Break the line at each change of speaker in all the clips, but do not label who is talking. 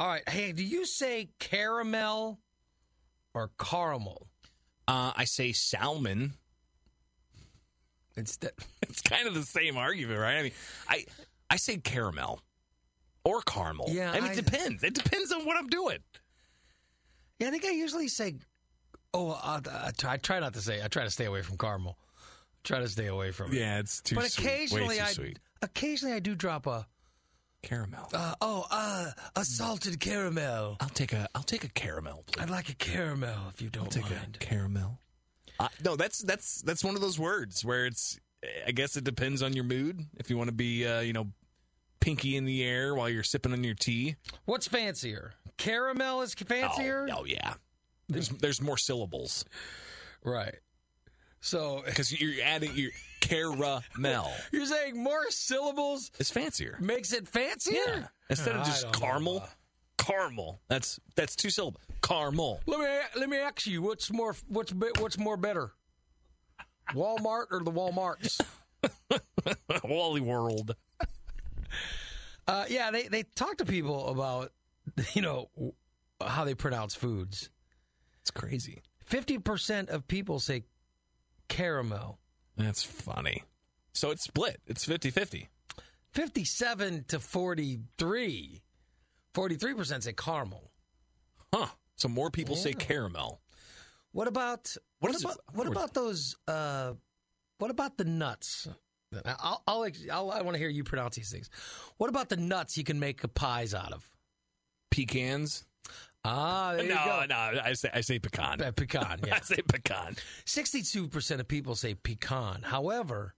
All right. Hey, do you say caramel or caramel?
Uh, I say salmon.
It's that
It's kind of the same argument, right? I mean, I I say caramel or caramel.
Yeah,
I mean,
I-
it depends. It depends on what I'm doing.
Yeah, I think I usually say. Oh, uh, I try- I try not to say. I try to stay away from caramel. Try to stay away from it.
it's too.
but occasionally I occasionally I do drop a
caramel.
uh, oh uh, a salted caramel.
I'll take a I'll take a caramel, please.
I'd like a caramel if you don't
Take a
mind.
caramel. Uh, no, that's that's that's one of those words where it's. I guess it depends on your mood. If you want to be, uh, you know, pinky in the air while you're sipping on your tea.
What's fancier? Caramel is fancier,
Oh, oh yeah. There's there's more syllables
right? So
because you're adding your caramel.
you're saying more syllables
It's fancier.
makes it fancier?
Yeah. Instead
I
of just
don't know.
caramel, caramel. That's that's two syllables. Caramel.
Let me let me ask you what's more what's be- what's more better, Walmart or the WalMarts?
Wally World.
Uh, yeah, they they talk to people about you know w- how they pronounce foods.
It's crazy.
Fifty percent of people say caramel.
That's funny. So it's split. It's 50-50.
57 to 43. 43% say caramel.
Huh. So more people say caramel.
What about
What
what,
is
about
this?
what
Or-
about those uh what about the nuts? I'll, I'll, ex- I'll I want to hear you pronounce these things. What about the nuts you can make pies out of?
Pecans?
Ah, there you
no,
go.
no. I say I say pecan.
Uh, pecan,
I
yeah.
say pecan.
62% of people say pecan. However,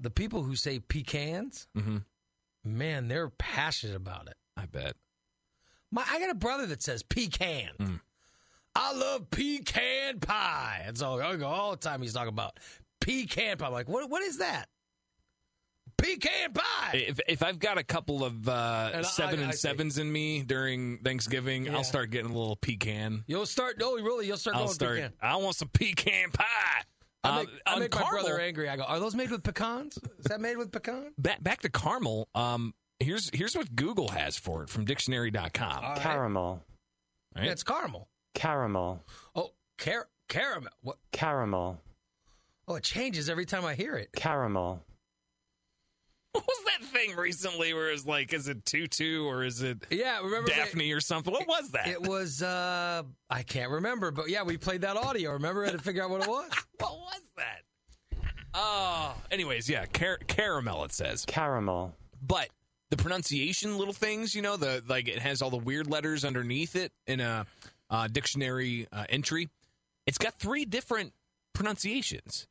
the people who say pecans,
Mhm.
man, they're passionate about it.
I bet.
My, I got a brother that says pecan.
Hmm.
I love pecan pie. That's all, I go all the time he's talking about pecan pie. I'm like, what? What is that? Pecan pie.
If if I've got a couple of uh,
And I-
seven
I-
and
I say-
sevens in me during Thanksgiving,
Yeah.
I'll start getting a little pecan.
You'll start. No, really, you'll start
I'll
going
start.
pecan.
I want some pecan pie.
I make,
Um,
I
on
make my
caramel-
brother angry. I go, are those made with pecans? Is that made with pecan?
back, back to caramel. Um, here's here's what Google has for it from dictionary.com.
All right.
Caramel.
right?
Yeah, it's caramel.
Caramel.
Oh, car- caramel. What?
Caramel.
Oh, it changes every time I hear it.
Caramel.
What was that thing recently where it was like, is it tutu or is it
Yeah, remember they-
Daphne or something? What was that?
It was uh I can't remember, but yeah, we played that audio. Remember, I had to figure out what it was.
what was that? Oh, anyways, yeah, car- caramel it says,
Caramel.
but the pronunciation little things, you know, the like it has all the weird letters underneath it in a uh, dictionary uh, entry. It's got three different pronunciations.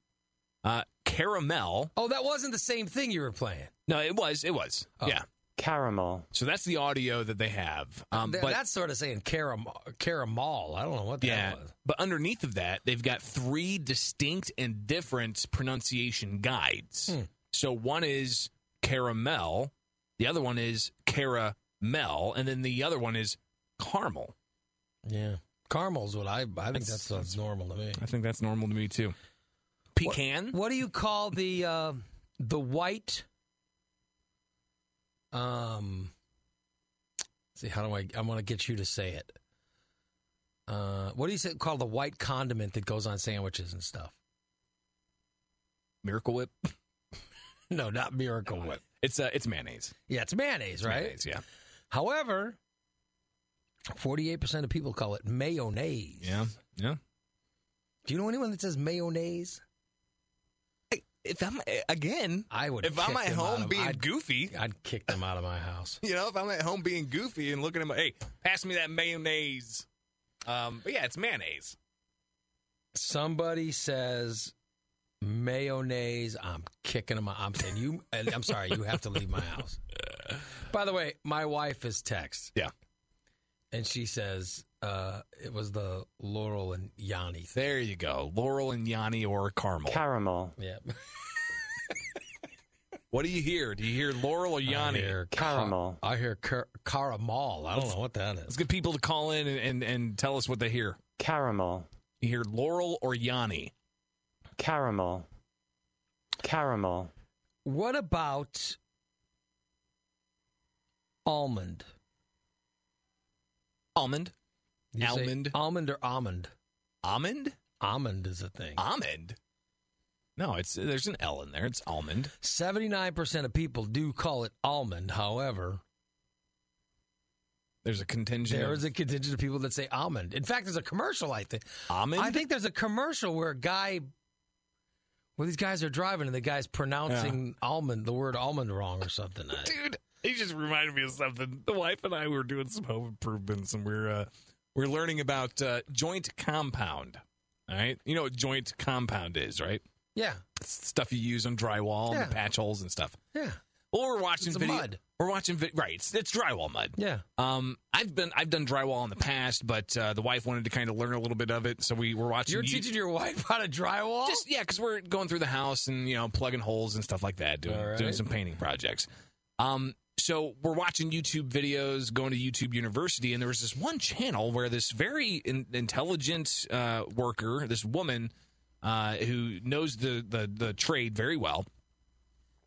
Uh, caramel.
Oh, that wasn't the same thing you were playing.
No, it was. It was. Yeah.
Caramel.
So that's the audio that they have. Um,
Th-
but
that's sort of saying caramel. caramel. I don't know what that
yeah,
was.
but underneath of that, they've got three distinct and different pronunciation guides. So one is caramel, the other one is caramel, and then the other one is caramel.
Yeah, caramel's what I. I think that's,
That's-
sounds normal to me.
I think that's normal to me too. Pecan.
What do you call the uh, the white? Um. See how do I? I want to get you to say it. Uh, what do you say, call the white condiment that goes on sandwiches and stuff?
Miracle Whip.
No, not Miracle Whip.
It's uh, it's mayonnaise.
Yeah, it's mayonnaise,
It's
right?
Mayonnaise, yeah.
However, forty-eight percent of people call it mayonnaise.
Yeah. Yeah.
Do you know anyone that says mayonnaise?
If I'm eh, again,
I would.
if I'm
kick
at
them out
home
of-
being
I'd,
goofy,
I'd kick them out of my house.
you know, if I'm at home being goofy and looking at my, hey, pass me that mayonnaise. Um, but yeah, it's mayonnaise.
Somebody says mayonnaise. I'm kicking them out. I'm saying you. and I'm sorry. You have to leave my house. By the way, my wife is text.
Yeah.
and she says uh, it was the Laurel and Yanni thing.
There you go. Laurel and Yanni or Carmel.
Caramel.
Yeah,
what do you hear? Do you hear Laurel or Yanni?
I hear,
Caramel.
I hear car- caramel. I don't know what that
Let's
is.
get people to call in and, and, and tell us what they hear.
Caramel.
You hear Laurel or Yanni?
Caramel. Caramel.
What about almond?
Almond.
You say
Almond.
almond or almond?
Almond?
Almond is a thing.
Almond? No, it's there's an L in there. It's almond.
Seventy-nine percent of people do call it almond. However,
There's a contingent.
there
of
is a contingent of people that say almond. In fact, there's a commercial. I think.
almond.
I think there's a commercial where a guy, where these guys are driving and the guy's pronouncing almond, the word almond wrong or something. I-
dude. He just reminded me of something. The wife and I were doing some home improvements, and we're uh, we're learning about uh, joint compound. All right, you know what joint compound is, right?
yeah,
It's stuff you use on drywall
Yeah.
and patch holes and stuff.
yeah,
Well, we're watching
It's a
video.
mud.
We're watching vi- right. It's, it's drywall mud.
yeah.
Um, I've been I've done drywall in the past, but uh, the wife wanted to kind of learn a little bit of it, so we were watching.
You're
you-
teaching your wife how to drywall.
just yeah, because we're going through the house and you know plugging holes and stuff like that, doing
All right.
doing some painting projects. Um, so we're watching YouTube videos, going to YouTube University, and there was this one channel where this very in- intelligent uh, worker, this woman uh, who knows the, the the trade very well,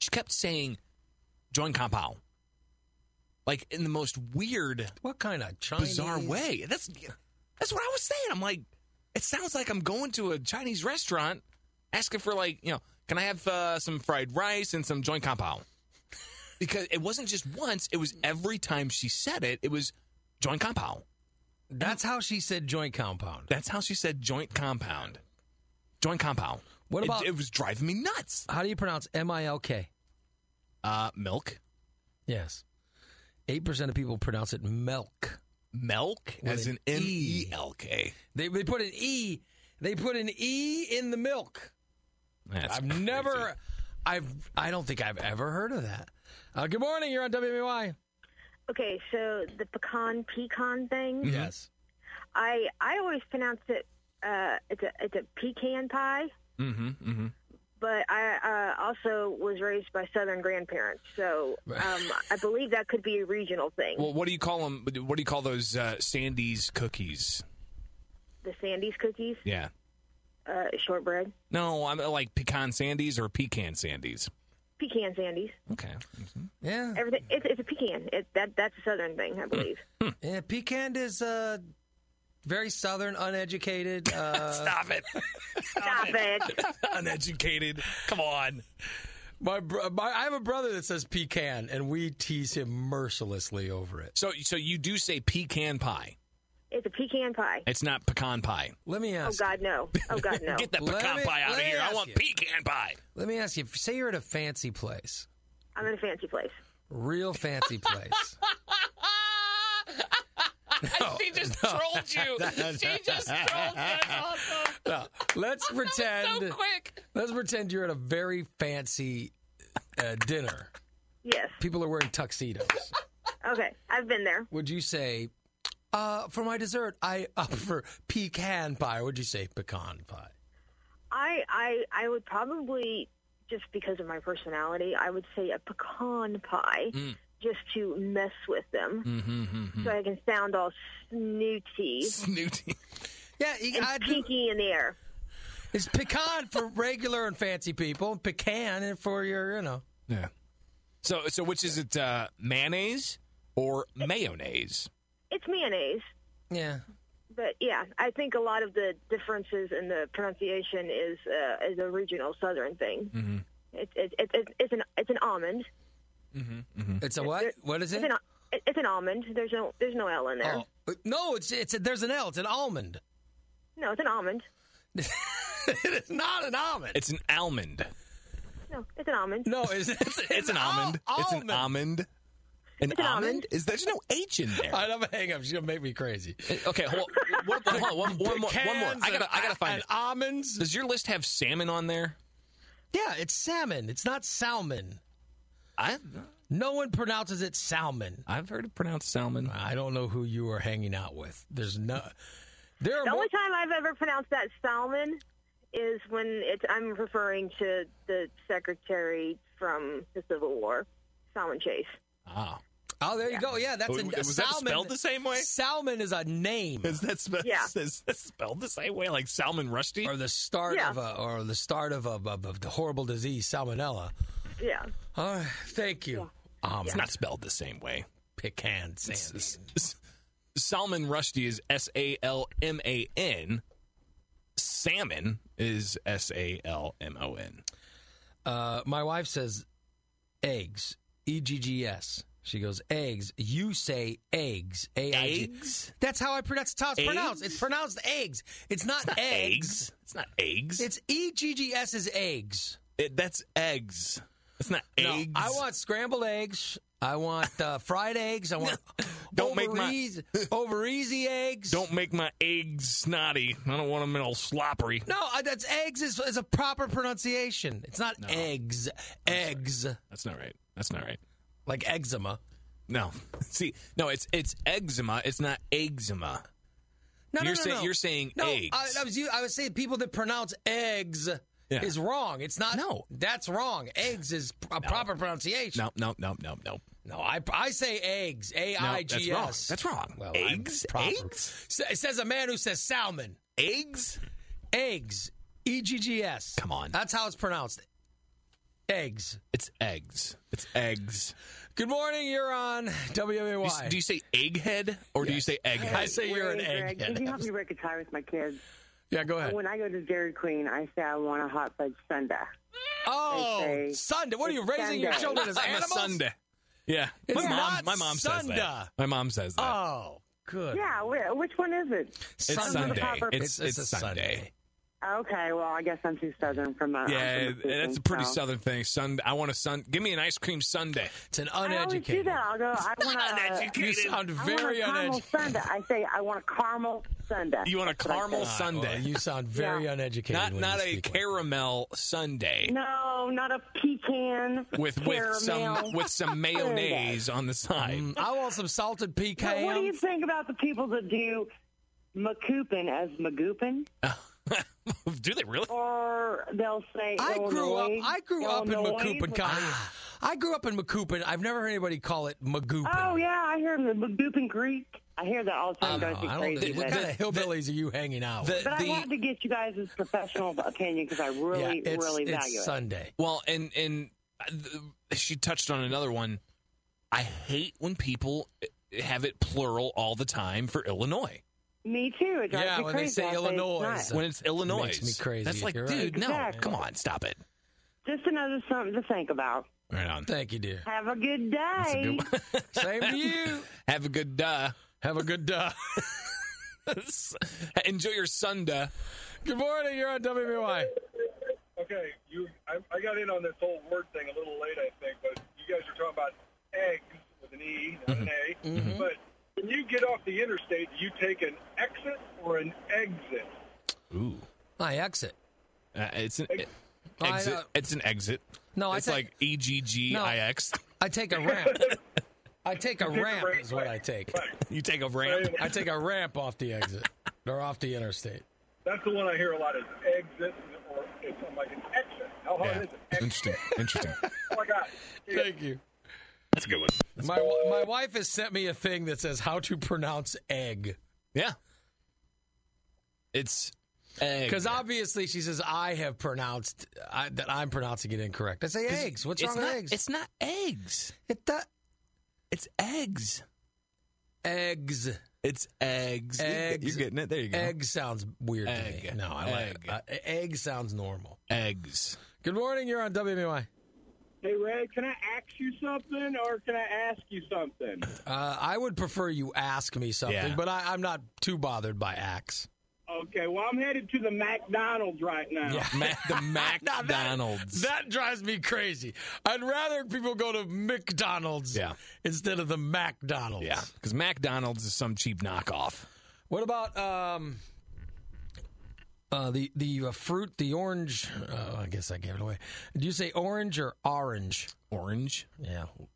she kept saying, "Join compound," like in the most weird
what kind of Chinese?
bizarre way. That's that's what I was saying. I'm like, it sounds like I'm going to a Chinese restaurant asking for like, you know, can I have uh, some fried rice and some joint compound? Because it wasn't just once; it was every time she said it. It was joint compound.
That's how she said joint compound.
That's how she said joint compound. Joint compound.
What
It-
about-
it, was driving me nuts?
How do you pronounce M I L K?
Uh, milk,
Yes. 8% of people pronounce it milk.
milk,
With
as
an
an M E L K.
They, they put an E. They put an E in the milk.
That's
I've
crazy.
never, I've, I don't think I've ever heard of that. Uh, good morning. You're on WMY.
Okay, so the pecan pecan thing,
Yes.
I I always pronounce it uh, it's a it's a pecan pie,
Mhm, mhm.
but I uh, also was raised by Southern grandparents, so um, I believe that could be a regional thing.
Well, what do you call them? What do you call those uh, Sandy's cookies?
the Sandy's cookies,
Yeah.
uh, shortbread,
No, I'm uh, like pecan sandies or pecan sandies.
pecan Sandy's,
Okay.
Yeah.
everything. It's it's a pecan. It, that that's a Southern thing, I believe.
Yeah. Pecan is uh, very southern, uneducated. Uh,
Stop it.
Stop it.
Uneducated. Come on.
my, bro- my, I have a brother that says pecan, and we tease him mercilessly over it.
So so you do say pecan pie.
It's a pecan pie.
It's not pecan pie.
Let me
Oh
ask.
God, no. Oh God, no.
Get that
Let
pecan
me-
pie out of
let me
here. I
ask
want
you.
pecan pie.
Let me ask you. Say you're at a fancy place,
I'm in a fancy place.
real fancy place.
Ah! she just trolled you. she just trolled you. That's awesome.
No, let's pretend.
quick.
let's pretend you're at a very fancy uh, dinner.
Yes.
People are wearing tuxedos.
Okay, I've been there.
Would you say, uh, for my dessert, I opt for pecan pie? Or would you say pecan pie?
I I I would probably just because of my personality, I would say a pecan pie just to mess with them so I can sound all snooty
Snooty.
Yeah, you-
and
I do.
pinky in the air.
It's pecan for regular and fancy people, and pecan and for your, you know.
Yeah. So so which is it uh, mayonnaise or mayonnaise?
It's mayonnaise,
Yeah.
but yeah, I think a lot of the differences in the pronunciation is uh, is a regional Southern thing. Mm-hmm. It, it, it, it, it's an it's an almond.
It's a what? What is
It's
it?
an al- it's an almond. There's no there's no L in there.
Oh, no, it's it's a, there's an L. It's an almond.
No, it's an almond.
it is not an almond.
It's an almond.
No, it's an almond.
no, it's, it's,
It's an
al-
almond. It's an almond. An
It's an almond.
Is there's no H in there?
All right, I'm gonna hang up. She's gonna make me crazy.
okay, hold, hold, hold, hold, one, one more. One more.
Pecans
I
and-
gotta, I gotta find.
and
It.
almonds.
Does your list have salmon on there?
Yeah, it's salmon. It's not salmon.
I,
No one pronounces it salmon.
I've heard it pronounced salmon.
I don't know who you are hanging out with. There's no. There are
The
more,
only time I've ever pronounced that Salmon is when it's I'm referring to the secretary from the Civil War, Salmon Chase.
Ah,
oh, there you go. Yeah, that's a,
was that
salmon.
spelled the same way?
Salmon is a name,
is that, spe-
Yeah.
is that spelled the same way like salmon rusty?
or the start
Yeah.
of a, or the start of a of, of the horrible disease salmonella.
Yeah.
All
um,
right, thank you. Almond,
It's not spelled the same way.
pecan, sandy.
S- Salman Rushdie is S A L M A N. Salmon is S A L M O N.
Uh, my wife says eggs, E G G S. She goes eggs. You say eggs, A I G.
Eggs?
That's how I pronounce. That's how it's pronounced.
Eggs?
It's pronounced eggs. It's not, eggs.
It's not eggs.
It's E G G S is eggs.
It- that's eggs. It's not
No,
eggs.
I want scrambled eggs. I want uh, fried eggs. I want
Don't make my-
over easy, over easy eggs.
Don't make my eggs snotty. I don't want them all sloppery.
No, I- that's eggs is, is a proper pronunciation. It's not eggs. Eggs
That's not right. That's not right.
like eczema.
No. See, no, it's it's eczema. It's not eczema.
No, no,
You're
no,
saying-
no.
you're saying
no,
eggs.
I, I was u- I was saying people that pronounce eggs
Yeah.
is wrong. It's not.
No.
that's wrong. Eggs is a proper pronunciation.
No, no, no, no, no.
No, I I say eggs. A
No,
I
that's
G
wrong.
S.
That's wrong.
Well, I'm
eggs?
proper.
Eggs?
Sa- It says a man who says salmon.
Eggs?
Eggs. E G G S.
Come on.
That's how it's pronounced. Eggs.
It's eggs. It's eggs.
Good morning. You're on
Do you,
WWY.
do you say egghead or do you say egghead?
I say you're an
Hey, Greg,
egghead.
Can you help me reconcile with my kids?
Yeah, go ahead.
When I go to Dairy Queen, I say I want a hot fudge sundae.
Oh,
say
Sunday. What are you raising your
Sunday.
children as
I'm
animals?
a Sunday. Yeah.
It's
my mom,
not
my mom says
Sunday.
that. My mom says that.
Oh, good.
Yeah, wh- which one is it?
it's
Sunday.
Sunday.
Proper-
It's, it's,
a
Sunday.
Okay, well, I guess I'm too southern for
Oh.
my.
Yeah,
I'm from the
that's a
South,
pretty
so.
southern thing. Sun. I want a sun. Give me an ice cream sundae.
It's an
I always do
uneducated.
that. I'll go. I want a.
You sound very
I want a caramel
uneducated.
sundae. I say I want a caramel sundae.
You want a
That's what I
caramel
say.
Sunday.
you sound very
Yeah.
uneducated.
Not
when
not
you
a
speak like
caramel sundae
No, not a pecan
with with
caramel.
some with some mayonnaise on the
that.
side.
Mm, I want some salted
So
pecan.
what do you think about the people that do McCoopin as McGoopin?
Mm.
Do they really?
Oh, or they'll say
I grew up.
Illinois,
I grew up in
Illinois. Ah.
McCoopin County. I grew up in McCoopin. I've never heard anybody call it McCoopin.
Oh yeah, I hear the McDoopin Creek. I hear that all the
I
time.
don't know.
Drives me
I don't
crazy.
think, what
but
kind of hillbillies are you hanging out with?
The,
but I
the,
wanted to get you guys' professional opinion because I really,
yeah, it's,
really
it's
value it.
Sunday.
well, and and uh, th- she touched on another one. I hate when people uh, have it plural all the time for Illinois
Me too. It drives
Yeah,
me
when they
crazy.
say
I it's
Illinois,
not.
it's-
when it's Illinois.
makes me crazy.
That's like,
You're right.
dude, no,
Exactly.
come on, stop it.
Just another something to think about.
Right on.
Thank you, dear.
Have a good day.
That's a good one.
Same to you.
Have a good uh
Have a good day.
Enjoy your Sunday.
Good morning. You're on WBY.
Okay, you. I, I got in on this whole word thing a little late, I think, but you guys are talking about eggs with an E, not an A. But when you get off the interstate, do you take an exit or an exit?
Ooh.
My exit.
Uh, it's an e-
I, uh,
exit. it's an exit.
No, I
it's
take-
like E G G I X.
I take a ramp. I take a ramp is what I take.
You take a ramp.
I take a ramp off the exit or off the interstate.
That's the one I hear a lot is exit, or it's I'm like an exit. How hard
Yeah.
is it? Exit.
Interesting. Interesting.
Oh my God.
Thank you.
That's a good one.
My wi- my wife has sent me a thing that says how to pronounce egg
Yeah. It's egg.
because obviously she says I have pronounced I, that I'm pronouncing it incorrect. I say eggs. What's
it's
wrong
not,
with eggs?
It's not eggs.
it the
It's eggs.
eggs.
It's eggs. You-
Eggs.
You're getting it. There you go.
Egg sounds weird to
Egg.
me. No, I
Egg.
like it. Uh, egg sounds normal.
Eggs.
Good morning. You're on WMY.
Hey Ray, can I ask you something, or can I ask you something?
Uh, I would prefer you ask me something,
Yeah.
but I, I'm not too bothered by axe.
Okay, well I'm headed to the McDonald's right now.
Ma- the McDonald's.
That drives me crazy. I'd rather people go to McDonald's
Yeah.
instead of the McDonald's.
yeah, because McDonald's is some cheap knockoff.
What about um, uh, the the uh, fruit, the orange? Uh, I guess I gave it away. Do you say orange or orange?
Orange.
Yeah.
What-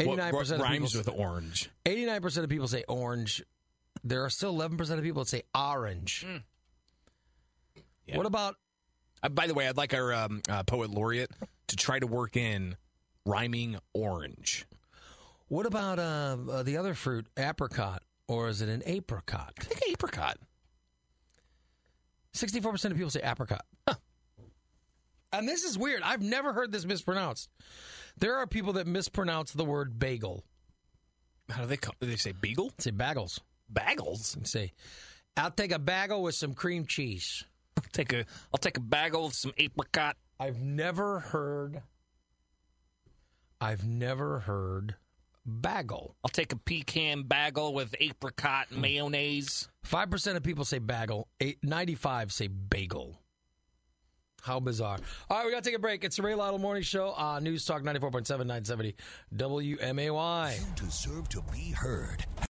Eighty nine
what
percent
rhymes with orange?
eighty nine percent of people say orange. There are still eleven percent of people that say orange.
Yeah.
What about
Uh, by the way, I'd like our um, uh, poet laureate to try to work in rhyming orange.
What about uh, uh, the other fruit, apricot, or is it an apricot?
I think apricot.
Sixty-four percent of people say apricot. And this is weird. I've never heard this mispronounced. There are people that mispronounce the word bagel.
How do they call? Do they say beagle?
Say bagels.
Bagels.
Let's see. I'll take a bagel with some cream cheese.
I'll take a I'll take a bagel, with some apricot.
I've never heard. I've never heard bagel.
I'll take a pecan bagel with apricot and mayonnaise.
Five percent of people say bagel. Eight, Ninety-five say bagel. How bizarre! All right, we gotta take a break. It's the Ray Lytle Morning Show on News Talk ninety-four point seven nine seventy WMAY.
You deserve to be heard.